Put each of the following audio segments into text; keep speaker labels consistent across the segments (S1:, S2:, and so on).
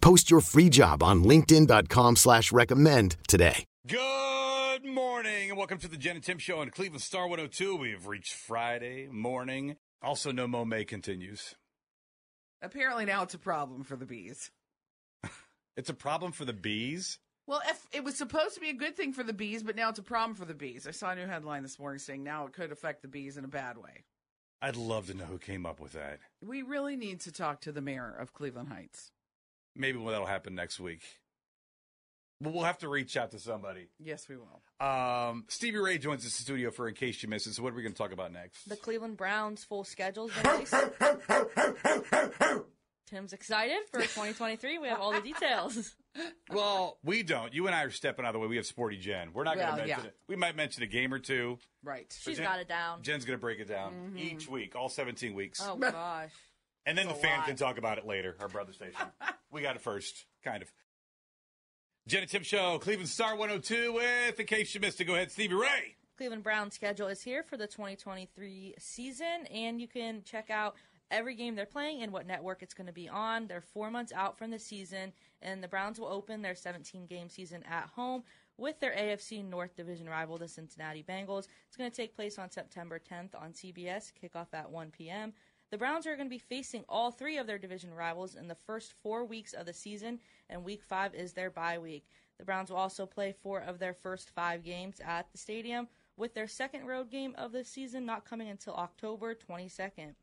S1: Post your free job on linkedin.com slash recommend today.
S2: Good morning, and welcome to the Jen and Tim Show on Cleveland Star 102. We have reached Friday morning. Also, No Mo May continues.
S3: Apparently now it's a problem for the bees.
S2: It's a problem for the bees.
S3: Well, if it was supposed to be a good thing for the bees, but now it's a problem for the bees. I saw a new headline this morning saying now it could affect the bees in a bad way.
S2: I'd love to know who came up with that.
S3: We really need to talk to the mayor of Cleveland Heights.
S2: Maybe that'll happen next week. But we'll have to reach out to somebody.
S3: Yes, we will.
S2: Um, Stevie Ray joins us in studio for In Case You Missed It. So, what are we going to talk about next?
S4: The Cleveland Browns full schedule's been released. Tim's excited for 2023. We have all the details.
S2: well, we don't. You and I are stepping out of the way. We have Sporty Jen. We're not going to
S3: Well,
S2: mention
S3: yeah.
S2: it. We might mention a game or two.
S3: Right.
S2: But
S4: She's got it down. Mm-hmm.
S2: Jen's going to break it down each week, all 17 weeks.
S4: Oh gosh.
S2: And then the
S3: a
S2: fan
S3: lot.
S2: can talk about it later, our brother station. we got it first, kind of. Jenna Tim Show, Cleveland Star 102 with In Case You Missed It. Go ahead, Stevie Ray.
S4: Cleveland Browns schedule is here for the 2023 season, and you can check out every game they're playing and what network it's going to be on. They're four months out from the season, and the Browns will open their 17 game season at home with their AFC North Division rival, the Cincinnati Bengals. It's going to take place on September 10th on CBS, kickoff at 1 p.m. The Browns are going to be facing all three of their division rivals in the first four weeks of the season, and week five is their bye week. The Browns will also play four of their first five games at the stadium, with their second road game of the season not coming until October 22nd.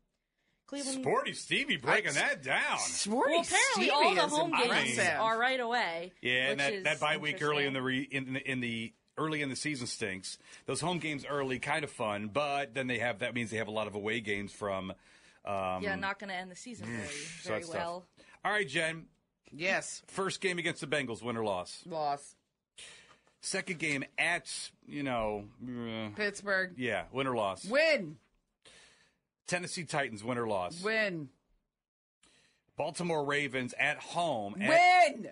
S4: Cleveland.
S2: Sporty Stevie breaking that down.
S3: Sporty
S4: Well, apparently all the home games
S2: impressive.
S4: are right away.
S2: Yeah, and
S4: which
S2: that,
S4: is
S2: that bye week early in the,
S4: interesting.
S2: re, in, the in the early in the season stinks. Those home games early, kind of fun, but then they have that means they have a lot of away games from. Um,
S4: yeah, not going to end the season very,
S2: Mm. so
S4: very
S2: that's tough.
S4: well.
S2: All right, Jen.
S3: Yes.
S2: First game against the Bengals, win or loss.
S3: Loss.
S2: Second game at you know, uh,
S3: Pittsburgh.
S2: yeah, win or loss.
S3: Win.
S2: Tennessee Titans, win or loss.
S3: Win.
S2: Baltimore Ravens at home. At
S3: Win.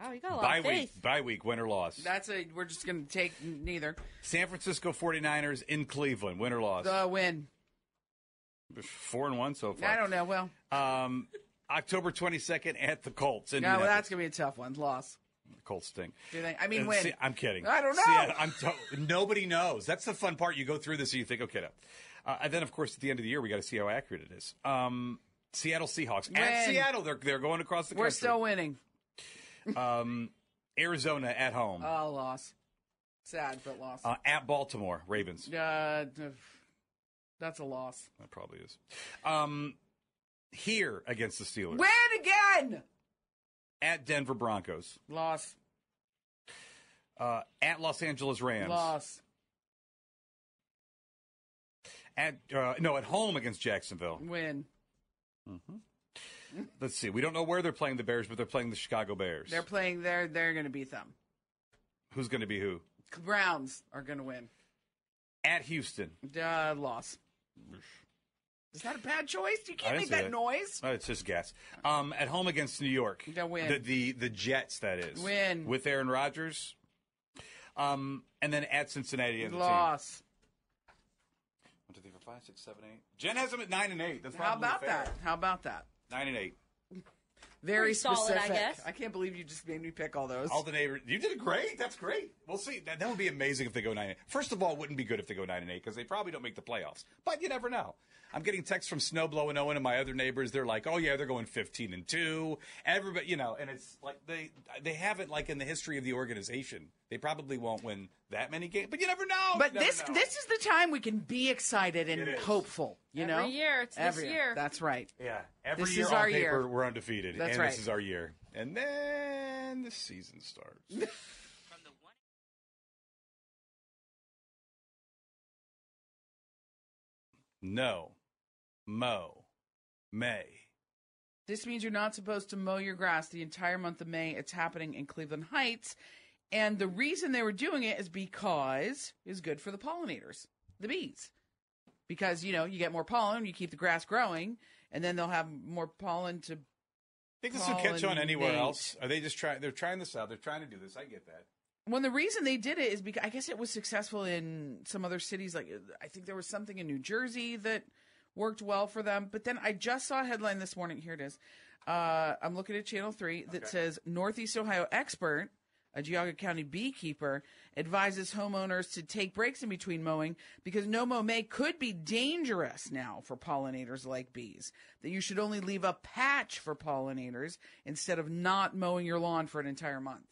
S4: Wow, you got a lot
S2: bye
S4: of
S2: week,
S4: faith.
S2: bye week, win or loss.
S3: That's a. We're just gonna take neither.
S2: San Francisco 49ers in Cleveland, win or loss.
S3: The win.
S2: Four and one so far.
S3: I don't know. Well,
S2: Um, October 22nd at the Colts.
S3: no,
S2: In
S3: well, that's gonna be a tough one. Loss.
S2: Colts stink.
S3: Do they? I mean,
S2: And
S3: win.
S2: Se- I'm kidding.
S3: I don't know.
S2: Seattle- I'm to- nobody knows. That's the fun part. You go through this and you think, okay, no. Uh, and then, of course, at the end of the year, we got to see how accurate it is. Um, Seattle Seahawks at
S3: Win.
S2: Seattle. They're they're going across the country.
S3: we're still winning.
S2: um, Arizona at home.
S3: Oh, loss. Sad, but loss.
S2: Uh, at Baltimore Ravens.
S3: Uh, d- that's a loss.
S2: That probably is. Um, here against the Steelers.
S3: Win again.
S2: At Denver Broncos.
S3: Loss.
S2: Uh, at Los Angeles Rams.
S3: Loss.
S2: At uh, no, at home against Jacksonville.
S3: Win.
S2: Let's see. We don't know where they're playing the Bears, but they're playing the Chicago Bears.
S3: They're playing. They're they're gonna beat them.
S2: Who's going to be who?
S3: Browns are gonna win.
S2: At Houston.
S3: Uh, loss. Is that a bad choice? You
S2: I didn't
S3: can't make
S2: say
S3: that,
S2: that.
S3: noise.
S2: Oh, it's just gas. Um, at home against New York.
S3: They'll win.
S2: The, the the Jets. That is
S3: Win.
S2: with Aaron Rodgers. Um, and then at Cincinnati. as a team.
S3: Loss.
S2: One, two, three, four, five, six, seven, eight. Jen has them at nine and eight. That's
S3: How
S2: probably
S3: about
S2: fair.
S3: that? How about that?
S2: Nine and eight.
S3: Very
S4: Pretty solid, I
S3: specific.
S4: guess.
S3: can't believe you just made me pick all those.
S2: All the neighbors. You did great. That's great. We'll see. That, that would be amazing if they go nine. And eight. First of all, it wouldn't be good if they go nine and eight because they probably don't make the playoffs. But you never know. I'm getting texts from Snowblow and Owen and my other neighbors. They're like, "Oh yeah, they're going 15 and two. Everybody, you know." And it's like they they haven't like in the history of the organization. They probably won't win that many games. But you never know.
S3: but
S2: You never
S3: this
S2: know.
S3: this is the time we can be excited and
S2: It is.
S3: hopeful. You
S4: Every
S3: know,
S4: year, it's this
S3: Every
S4: year.
S3: That's right.
S2: yeah. Every
S3: this
S2: year
S3: is
S2: on
S3: our
S2: paper
S3: year.
S2: we're undefeated,
S3: That's
S2: and
S3: right.
S2: this is our year. And then the season starts. no, mo, may.
S3: This means you're not supposed to mow your grass the entire month of May. It's happening in Cleveland Heights, and the reason they were doing it is because it's good for the pollinators, the bees, because you know you get more pollen, you keep the grass growing, and then they'll have more pollen to.
S2: Think this will catch on anywhere
S3: Pollinate.
S2: else? Are they just trying? They're trying this out. They're trying to do this. I get that.
S3: When the reason they did it is because I guess it was successful in some other cities. Like I think there was something in New Jersey that worked well for them. But then I just saw a headline this morning. Here it is. Uh, I'm looking at Channel 3 that says Northeast Ohio expert, a Geauga County beekeeper, advises homeowners to take breaks in between mowing because no mow may could be dangerous now for pollinators like bees. That you should only leave a patch for pollinators instead of not mowing your lawn for an entire month.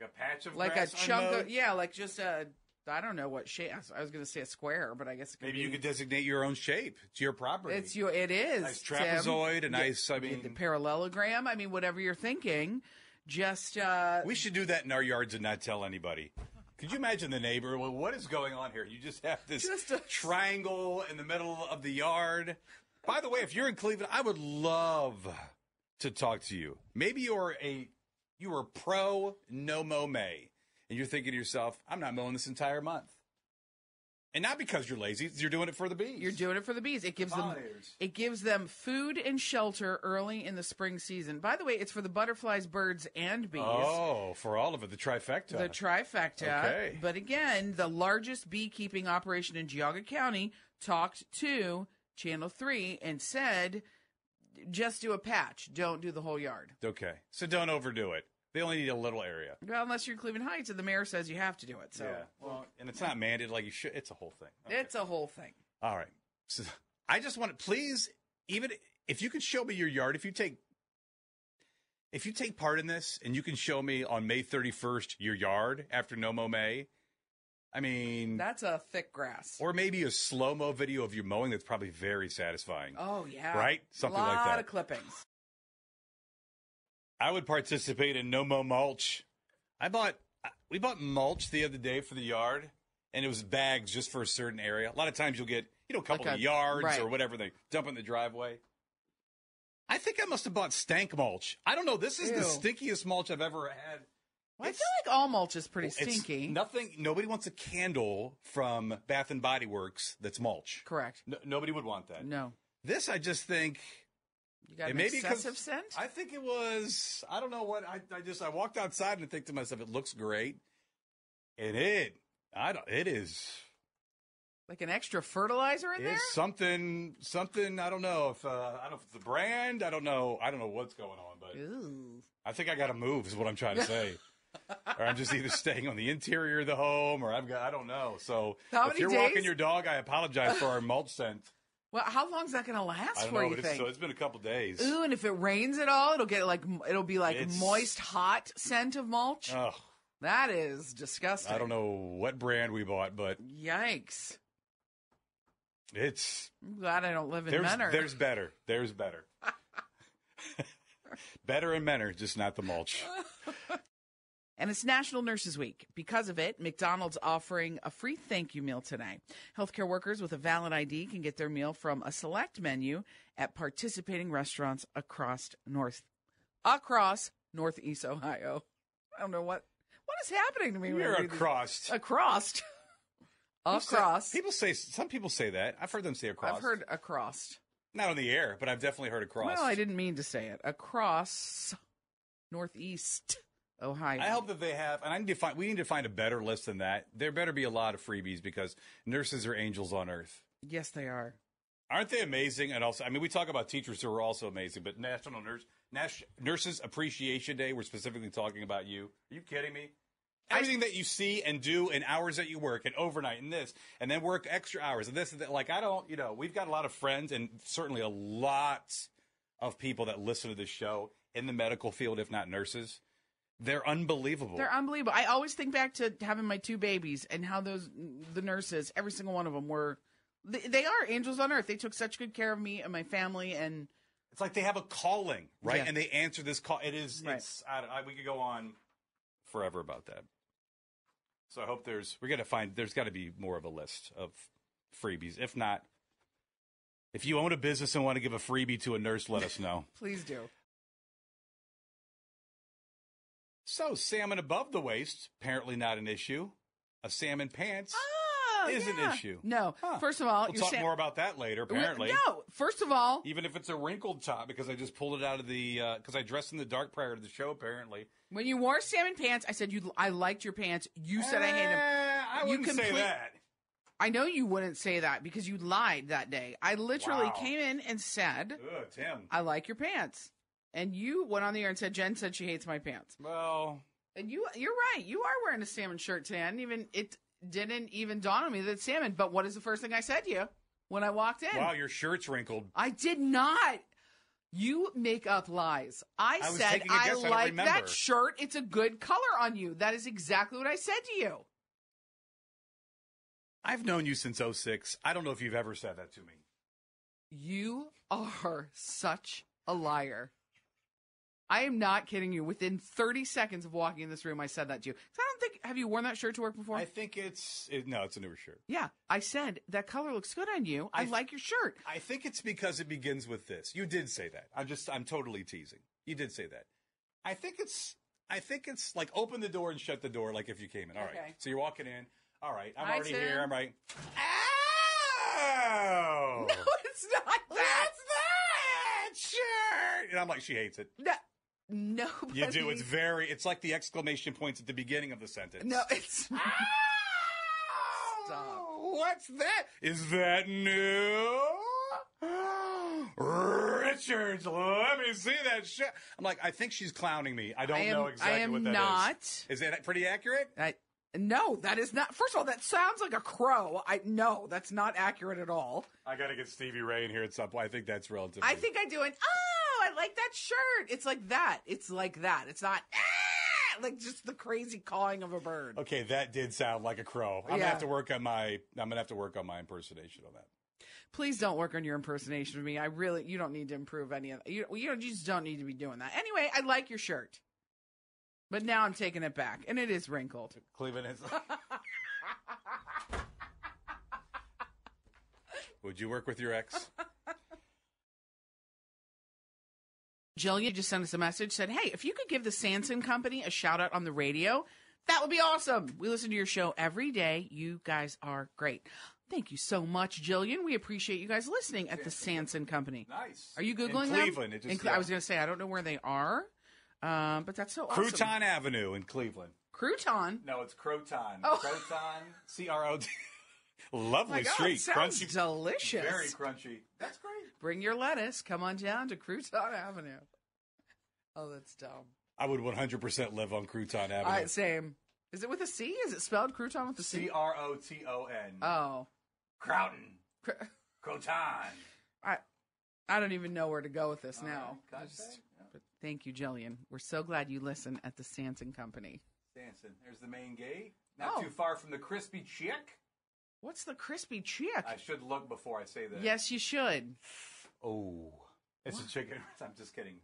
S2: Like a patch of
S3: Like a
S2: grass
S3: chunk
S2: unmowed?
S3: of, yeah, like just a, I don't know what shape. I was going to say a square, but I guess it could
S2: Maybe
S3: be-
S2: you could designate your own shape. It's your property.
S3: It's your. It is
S2: Nice
S3: Tim.
S2: trapezoid, a nice- I
S3: the-
S2: mean-
S3: the parallelogram. I mean, whatever you're thinking, just uh,
S2: We should do that in our yards and not tell anybody. Could you imagine the neighbor? Well, what is going on here? You just have this
S3: Just a-
S2: triangle in the middle of the yard. By the way, if you're in Cleveland, I would love to talk to you. Maybe you're a you are pro no mow May, and you're thinking to yourself, "I'm not mowing this entire month," and not because you're lazy. You're doing it for the bees.
S3: you're doing it for the bees. It gives them
S2: Pollinators.
S3: it gives them food and shelter early in the spring season. By the way, it's for the butterflies, birds, and bees.
S2: Oh, for all of it, the trifecta.
S3: The trifecta.
S2: Okay.
S3: But again, the largest beekeeping operation in Geauga County talked to Channel 3 and said, just do a patch. Don't do the whole yard.
S2: okay, so don't overdo it. They only need a little area.
S3: Well, unless you're in Cleveland Heights and the mayor says you have to do it. So
S2: yeah. Well, and it's not mandated like you should. It's a whole thing. Okay.
S3: it's a whole thing.
S2: All right. So I just want to please, even if you could show me your yard, if you take if you take part in this and you can show me on May 31st your yard after No Mo May, I mean,
S3: That's a thick grass.
S2: or maybe a slow mo video of you mowing that's probably very satisfying.
S3: oh yeah,
S2: Right? Something like
S3: Lot
S2: that.
S3: of clippings.
S2: I would participate in no mo mulch. I bought uh, we bought mulch the other day for the yard, and it was bags just for a certain area. A lot of times you'll get you know a couple
S3: Like
S2: of
S3: a-
S2: yards
S3: right.
S2: or whatever they dump in the driveway. I think I must have bought stank mulch. I don't know. This is the
S3: Ew.
S2: stinkiest mulch I've ever had.
S3: Well, I
S2: It's-
S3: feel like all mulch is pretty
S2: It's
S3: stinky.
S2: nothing. Nobody wants a candle from Bath and Body Works that's mulch.
S3: Correct.
S2: No, nobody would want that.
S3: No,
S2: This I just think
S3: you got
S2: It
S3: an
S2: may be 'cause
S3: excessive scent.
S2: I think it was. I don't know what. I, I just I walked outside and I think to myself, it looks great. And it, I don't. It is.
S3: like an extra fertilizer in there.
S2: It's something. Something. I don't know if. Uh, I don't know if it's the brand. I don't know. I don't know what's going on. But
S3: Ooh.
S2: I think I got to move. Is what I'm trying to say. or I'm just either staying on the interior of the home, or I've got. I don't know. So if
S3: How many
S2: you're walking
S3: days?
S2: your dog, I apologize for our mulch scent.
S3: Well, how long's that going to last
S2: I don't
S3: for?
S2: know.
S3: you
S2: but it's,
S3: think?
S2: so it's been a couple days.
S3: Ooh, and if it rains at all, it'll get like m- it'll be like
S2: It's-
S3: moist, hot scent of mulch.
S2: Oh,
S3: that is disgusting.
S2: I don't know what brand we bought, but
S3: Yikes!
S2: it's
S3: I'm glad I don't live in
S2: there's,
S3: Menor.
S2: There's better. There's better. better and menor, just not the mulch.
S3: And it's National Nurses Week. Because of it, McDonald's offering a free thank you meal tonight. Healthcare workers with a valid ID can get their meal from a select menu at participating restaurants across North across Northeast Ohio. I don't know what what is happening to me. when I
S2: You're
S3: read this.
S2: across.
S3: Across. across.
S2: People say some people say that. I've heard them say across.
S3: I've heard across.
S2: not on the air, but I've definitely heard across.
S3: Well, I didn't mean to say it. Across Northeast Ohio.
S2: I hope that they have, and I need to find. We need to find a better list than that. There better be a lot of freebies because nurses are angels on earth.
S3: Yes, they are.
S2: Aren't they amazing? And also, I mean, we talk about teachers who are also amazing, but National Nurse Nash, Nurses Appreciation Day, we're specifically talking about you. Are you kidding me? Everything that you see and do and hours that you work and overnight and this and then work extra hours and this and that. Like, I don't, you know, we've got a lot of friends and certainly a lot of people that listen to this show in the medical field, if not nurses. They're unbelievable.
S3: They're unbelievable. I always think back to having my two babies and how those the nurses, every single one of them were they, they are angels on earth. They took such good care of me and my family and
S2: It's like they have a calling, right?
S3: Yeah.
S2: And they answer this call. It is.
S3: Right.
S2: It's. I, don't- I, we could go on forever about that. So I hope there's. We're gonna find. There's got to be more of a list of freebies. If not, if you own a business and want to give a freebie to a nurse, let us know.
S3: please do.
S2: so salmon above the waist, apparently not an issue. A salmon pants
S3: Oh,
S2: is
S3: yeah.
S2: an issue.
S3: No.
S2: Huh.
S3: First of all,
S2: we'll
S3: you're
S2: talk
S3: saying-
S2: more about that later. Apparently,
S3: No. First of all,
S2: Even if it's a wrinkled top, because I just pulled it out of the because I dressed in the dark prior to the show. Apparently,
S3: when you wore salmon pants, I said you I liked your pants. You said I hate them.
S2: Eh, I
S3: You
S2: wouldn't say
S3: complete-
S2: that.
S3: I know you wouldn't say that because you lied that day. I literally
S2: Wow.
S3: came in and said,
S2: Ugh, Tim.
S3: "I like your pants." And you went on the air and said, "Jen said she hates my pants."
S2: Well,
S3: And you you're right. You are wearing a salmon shirt today. I didn't even it didn't even dawn on me that it's salmon, but what is the first thing I said to you when I walked in?
S2: wow, your shirt's wrinkled.
S3: I did not. You make up lies. I,
S2: I was
S3: said
S2: taking a
S3: I
S2: guess. I don't
S3: like
S2: remember."
S3: that shirt. It's a good color on you. That is exactly what I said to you.
S2: I've known you since 06. I don't know if you've ever said that to me.
S3: You are such a liar. I am not kidding you. Within 30 seconds of walking in this room, I said that to you. 'Cause I don't think, have you worn that shirt to work before?
S2: I think it's it, no, it's a newer shirt.
S3: yeah, I said that color looks good on you. I,
S2: I-
S3: like your shirt.
S2: I think it's because it begins with this. You did say that. I'm just I'm totally teasing. You did say that. I think it's I think it's like open the door and shut the door like if you came in. All right.
S3: Okay.
S2: So you're walking in. All right. I'm
S3: Hi,
S2: already
S3: Tim.
S2: here. I'm right. Ow!
S3: No, it's not that.
S2: That's that shirt. And I'm like she hates it.
S3: No, nobody.
S2: You do. It's very. It's like the exclamation points at the beginning of the sentence.
S3: No, it's.
S2: Stop. What's that? Is that new? Richards, let me see that shit. I'm like, I think she's clowning me. I don't
S3: I am-
S2: know exactly
S3: I am
S2: what that is.
S3: not.
S2: Is that pretty accurate?
S3: I, no, that is not. First of all, that sounds like a crow. I no, that's not accurate at all.
S2: I gotta get Stevie Ray in here at some point. I think that's relative.
S3: I think I do an oh, I like that shirt. It's like that. It's like that. It's not ah, like just the crazy cawing of a bird.
S2: Okay, that did sound like a crow. I'm gonna
S3: Yeah.
S2: have to work on my. I'm gonna have to work on my impersonation on that.
S3: Please don't work on your impersonation of me. I really, you don't need to improve any of you. You, don't, you just don't need to be doing that. Anyway, I like your shirt, but now I'm taking it back, and it is wrinkled.
S2: Cleveland is. Would you work with your ex?
S3: Jillian just sent us a message said, Hey, if you could give the Sanson Company a shout out on the radio, that would be awesome. We listen to your show every day. You guys are great. Thank you so much, Jillian. We appreciate you guys listening at the Sanson Company.
S2: Nice.
S3: Are you
S2: In
S3: Googling them?
S2: Cleveland, it just-
S3: In Cle- I was going to say, I don't know where they are, um, but that's so awesome.
S2: Crouton Avenue in Cleveland.
S3: Crouton.
S2: No, it's Croton.
S3: Oh.
S2: Croton. C R O T.
S3: Oh my
S2: Lovely
S3: God,
S2: street.
S3: it sounds
S2: Crunchy.
S3: delicious.
S2: Very crunchy. That's great.
S3: Bring your lettuce. Come on down to Crouton Avenue. Oh, that's dumb.
S2: I would 100% live on Crouton
S3: All
S2: Avenue.
S3: right, same. Is it with a C? Is it spelled crouton with a C?
S2: C R O T O N.
S3: Oh.
S2: Croton.
S3: Cr-
S2: Croton.
S3: I I don't even know where to go with this now.
S2: All right,
S3: I
S2: gotcha.
S3: just- but thank you, Jillian. We're so glad you listen at the Sanson Company.
S2: Stanson. There's the main gate. Not
S3: Oh.
S2: too far from the crispy chick.
S3: What's the crispy chick?
S2: I should look before I say that.
S3: yes, you should.
S2: Oh. It's a chicken. I'm just kidding.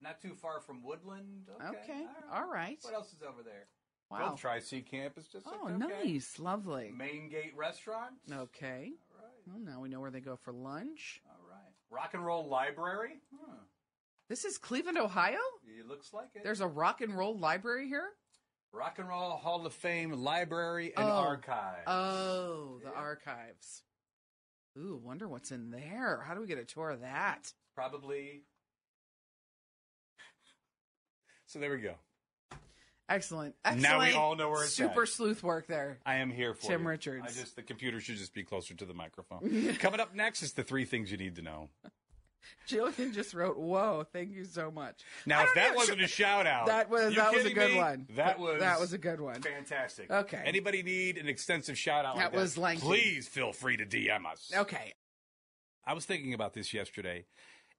S2: Not too far from Woodland. Okay.
S3: Okay, all right.
S2: What else is over there?
S3: Wow.
S2: Well, Tri C Campus. Just
S3: Oh,
S2: like, okay.
S3: nice, lovely.
S2: Main Gate Restaurant.
S3: Okay. Well, now we know where they go for lunch.
S2: All right. Rock and Roll Library. Hmm.
S3: This is Cleveland, Ohio.
S2: It looks like it.
S3: There's a rock and roll library here.
S2: Rock and Roll Hall of Fame Library and
S3: Oh.
S2: Archive.
S3: Oh, the archives. Ooh, wonder what's in there. How do we get a tour of that?
S2: Probably. So there we go.
S3: Excellent. Excellent.
S2: Now we all know where it's
S3: Super
S2: at.
S3: sleuth work there.
S2: I am here for
S3: Tim
S2: you.
S3: Richards.
S2: I just the computer should just be closer to the microphone. Coming up next is the three things you need to know.
S3: Jillian just wrote, "Whoa, thank you so much." I
S2: Now, if
S3: don't
S2: that
S3: know-
S2: wasn't a shout out,
S3: that was that was a good
S2: me?
S3: one.
S2: That was
S3: that was a good one.
S2: fantastic.
S3: Okay.
S2: Anybody need an extensive shout out?
S3: That
S2: like
S3: was lengthy.
S2: Please feel free to DM us.
S3: Okay.
S2: I was thinking about this yesterday,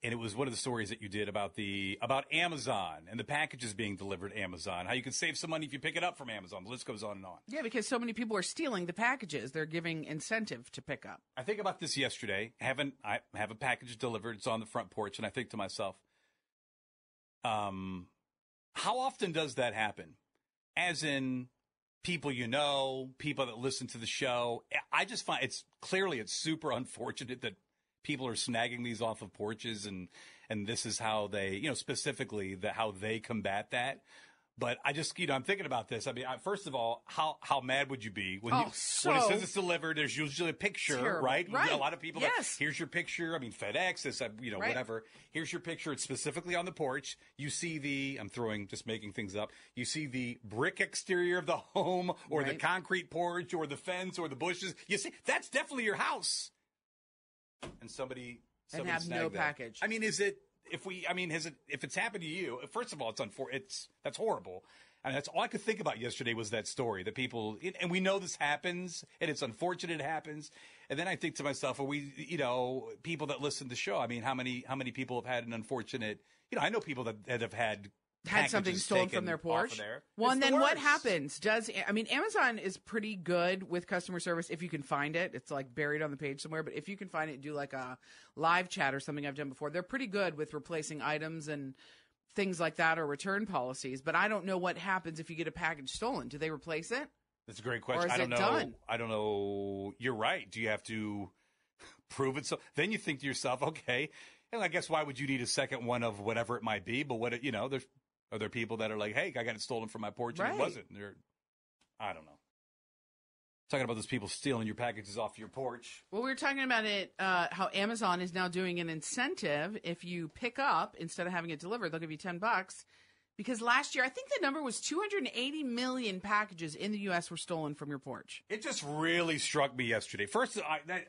S2: and it was one of the stories that you did about the about Amazon and the packages being delivered Amazon. How you can save some money if you pick it up from Amazon. The list goes on and on.
S3: Yeah, because so many people are stealing the packages. They're giving incentive to pick up.
S2: I think about this yesterday. Having I have a package delivered. It's on the front porch, and I think to myself, um, how often does that happen? As in, people you know, people that listen to the show. I- I just find it's clearly it's super unfortunate that people are snagging these off of porches, and and this is how they, you know, specifically the how they combat that. But I just, you know, I'm thinking about this. I mean, I, first of all, how how mad would you be when
S3: Oh,
S2: you, when it
S3: so-
S2: says it's delivered? There's usually a picture,
S3: Terrible.
S2: right? We get A
S3: Right.
S2: lot of people. that,
S3: Yes.
S2: Here's your picture. I mean, FedEx, this, uh, you know,
S3: Right.
S2: whatever. Here's your picture. It's specifically on the porch. You see the. I'm throwing, just making things up. You see the brick exterior of the home, or the
S3: Right.
S2: concrete porch, or the fence, or the bushes. You see, that's definitely your house. And somebody.
S3: And
S2: somebody
S3: have no
S2: snagged that.
S3: package.
S2: I mean, is it? If we, I mean, has it? If it's happened to you, first of all, it's unfor. It's that's horrible. And that's all I could think about yesterday was that story that people, and we know this happens, and it's unfortunate it happens. And then I think to myself, are we, you know, people that listen to the show? I mean, how many, how many people have had an unfortunate, you know, I know people that, that have had
S3: Had something
S2: packages
S3: stolen
S2: taken
S3: from their
S2: off of
S3: porch.
S2: there.
S3: Well,
S2: It's
S3: and
S2: the
S3: then what
S2: worst.
S3: happens? Does I mean Amazon is pretty good with customer service if you can find it. It's like buried on the page somewhere, but if you can find it, do like a live chat or something I've done before. They're pretty good with replacing items and things like that or return policies. But I don't know what happens if you get a package stolen. Do they replace it?
S2: That's a great question.
S3: is
S2: I don't
S3: it
S2: know.
S3: done?
S2: I don't know. You're right. Do you have to prove it? So then you think to yourself, okay. And I guess why would you need a second one of whatever it might be? But what it- you know, there's are there people that are like, hey, I got it stolen from my porch and
S3: Right.
S2: it wasn't. And They're, I don't know. Talking about those people stealing your packages off your porch.
S3: Well, we were talking about it, uh, how Amazon is now doing an incentive. If you pick up instead of having it delivered, they'll give you 10 bucks. Because last year, I think the number was 280 million packages in the U.S. were stolen from your porch.
S2: It just really struck me yesterday. First, I, that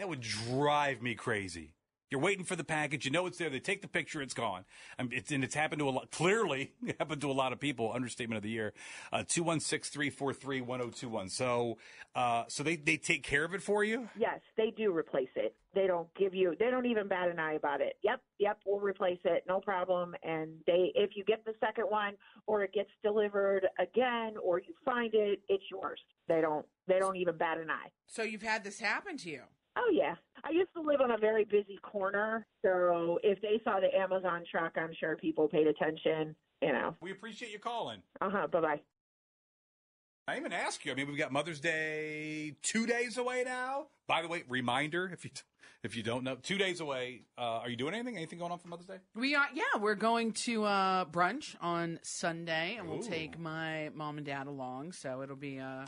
S2: that would drive me crazy. You're waiting for the package. You know it's there. They take the picture. It's gone. Um, it's, and it's happened to a lot. Clearly, it happened to a lot of people. Understatement of the year. Uh, Two one six three four three one zero two one. So, uh, so they they take care of it for you.
S5: Yes, they do replace it. They don't give you. They don't even bat an eye about it. Yep, yep, we'll replace it, no problem. And they, if you get the second one, or it gets delivered again, or you find it, it's yours. They don't. They don't even bat an eye.
S3: So you've had this happen to you.
S5: Oh yeah, I used to live on a very busy corner, so if they saw the Amazon truck, I'm sure people paid attention. You know.
S2: We appreciate you calling.
S5: Uh huh. Bye bye.
S2: I even ask you. I mean, we've got Mother's Day two days away now. By the way, reminder if you if you don't know, two days away. Uh, are you doing anything? Anything going on for Mother's Day?
S3: We are, yeah, we're going to uh, brunch on Sunday, and we'll take
S2: Ooh.
S3: my mom and dad along. So it'll be a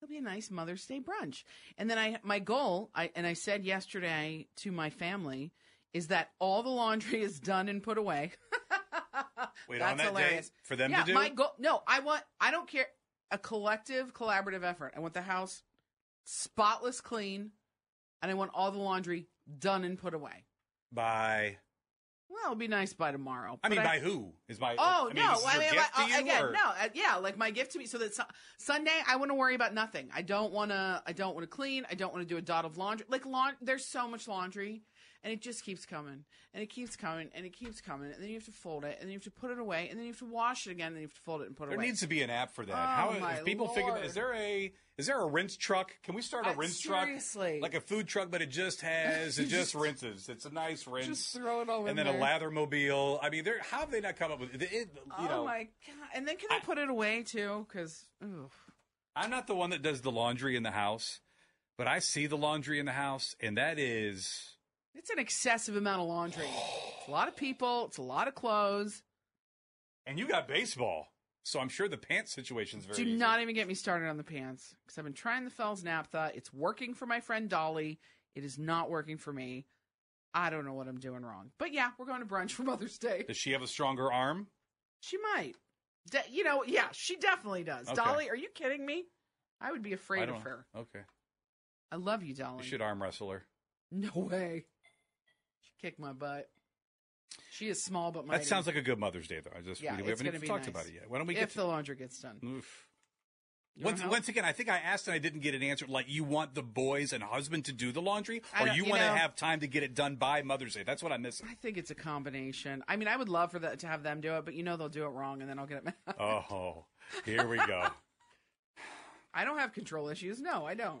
S3: it'll be a nice Mother's Day brunch. And then I, my goal, I and I said yesterday to my family, is that all the laundry is done and put away.
S2: Wait
S3: That's
S2: on that
S3: hilarious.
S2: day for them
S3: yeah,
S2: to do.
S3: my goal. No, I want. I don't care. A collective, collaborative effort. I want the house spotless clean, and I want all the laundry done and put away.
S2: by
S3: Well, it'll be nice by tomorrow.
S2: I mean,
S3: but
S2: by who is my?
S3: Oh
S2: I mean,
S3: no!
S2: Is this
S3: I
S2: your
S3: mean,
S2: gift
S3: like,
S2: to you,
S3: again,
S2: or-
S3: no, uh, yeah, like my gift to me. So that su- Sunday, I want to worry about nothing. I don't want to. I don't want to clean. I don't want to do a dot of laundry. Like laundry, there's so much laundry, and it just keeps coming, and it keeps coming, and it keeps coming, and then you have to fold it, and then you have to put it away, and then you have to wash it again, and then you have to fold it and put
S2: There
S3: it away.
S2: needs to be an app for that.
S3: Oh,
S2: How
S3: my
S2: if people figure that
S3: Lord.
S2: is there a is there a rinse truck? Can we start a
S3: Uh,
S2: rinse
S3: seriously.
S2: truck like a food truck, but it just has it just
S3: Just-
S2: rinses. It's a nice rinse.
S3: throw it all
S2: and
S3: in
S2: then a
S3: there.
S2: lather mobile. I mean, there how have they not come up with it? it you
S3: oh
S2: know,
S3: my god! And then can I,
S2: I-
S3: put it away too? Because
S2: I'm not the one that does the laundry in the house, but I see the laundry in the house, and that is.
S3: it's an excessive amount of laundry. It's a lot of people. It's a lot of clothes.
S2: And you got baseball, so I'm sure the pants situation's very.
S3: Do
S2: easy.
S3: not even get me started on the pants because I've been trying the Fells Naphtha. It's working for my friend Dolly. It is not working for me. I don't know what I'm doing wrong. But yeah, we're going to brunch for Mother's Day.
S2: Does she have a stronger arm?
S3: She might. De- you know, yeah, she definitely does.
S2: Okay.
S3: Dolly, are you kidding me? I would be
S2: I
S3: afraid
S2: don't-
S3: of her.
S2: Okay.
S3: I love you,
S2: You
S3: Dolly.
S2: should arm wrestle her.
S3: No way. She kicked my butt. She is small but mighty.
S2: That sounds like a good Mother's Day, though. I just
S3: Yeah,
S2: we, we
S3: it's
S2: haven't
S3: gonna
S2: even
S3: be
S2: talked
S3: nice.
S2: about it yet. Why don't we get
S3: if the laundry gets done.
S2: to, Oof.
S3: You wanna
S2: Once,
S3: help?
S2: once again, I think I asked and I didn't get an answer. Like, you want the boys and husband to do the laundry,
S3: I
S2: or
S3: don't-
S2: you,
S3: you
S2: want to
S3: know-
S2: have time to get it done by Mother's Day? That's what I'm missing.
S3: I think it's a combination. I mean, I would love for that to have them do it, but you know they'll do it wrong, and then I'll get it.
S2: oh, here we go.
S3: I don't have control issues. No, I don't.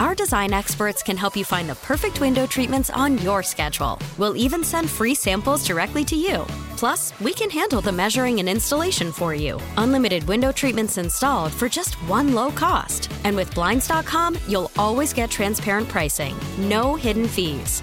S6: Our design experts can help you find the perfect window treatments on your schedule. We'll even send free samples directly to you. Plus, we can handle the measuring and installation for you. Unlimited window treatments installed for just one low cost. And with Blinds.com, you'll always get transparent pricing, no hidden fees.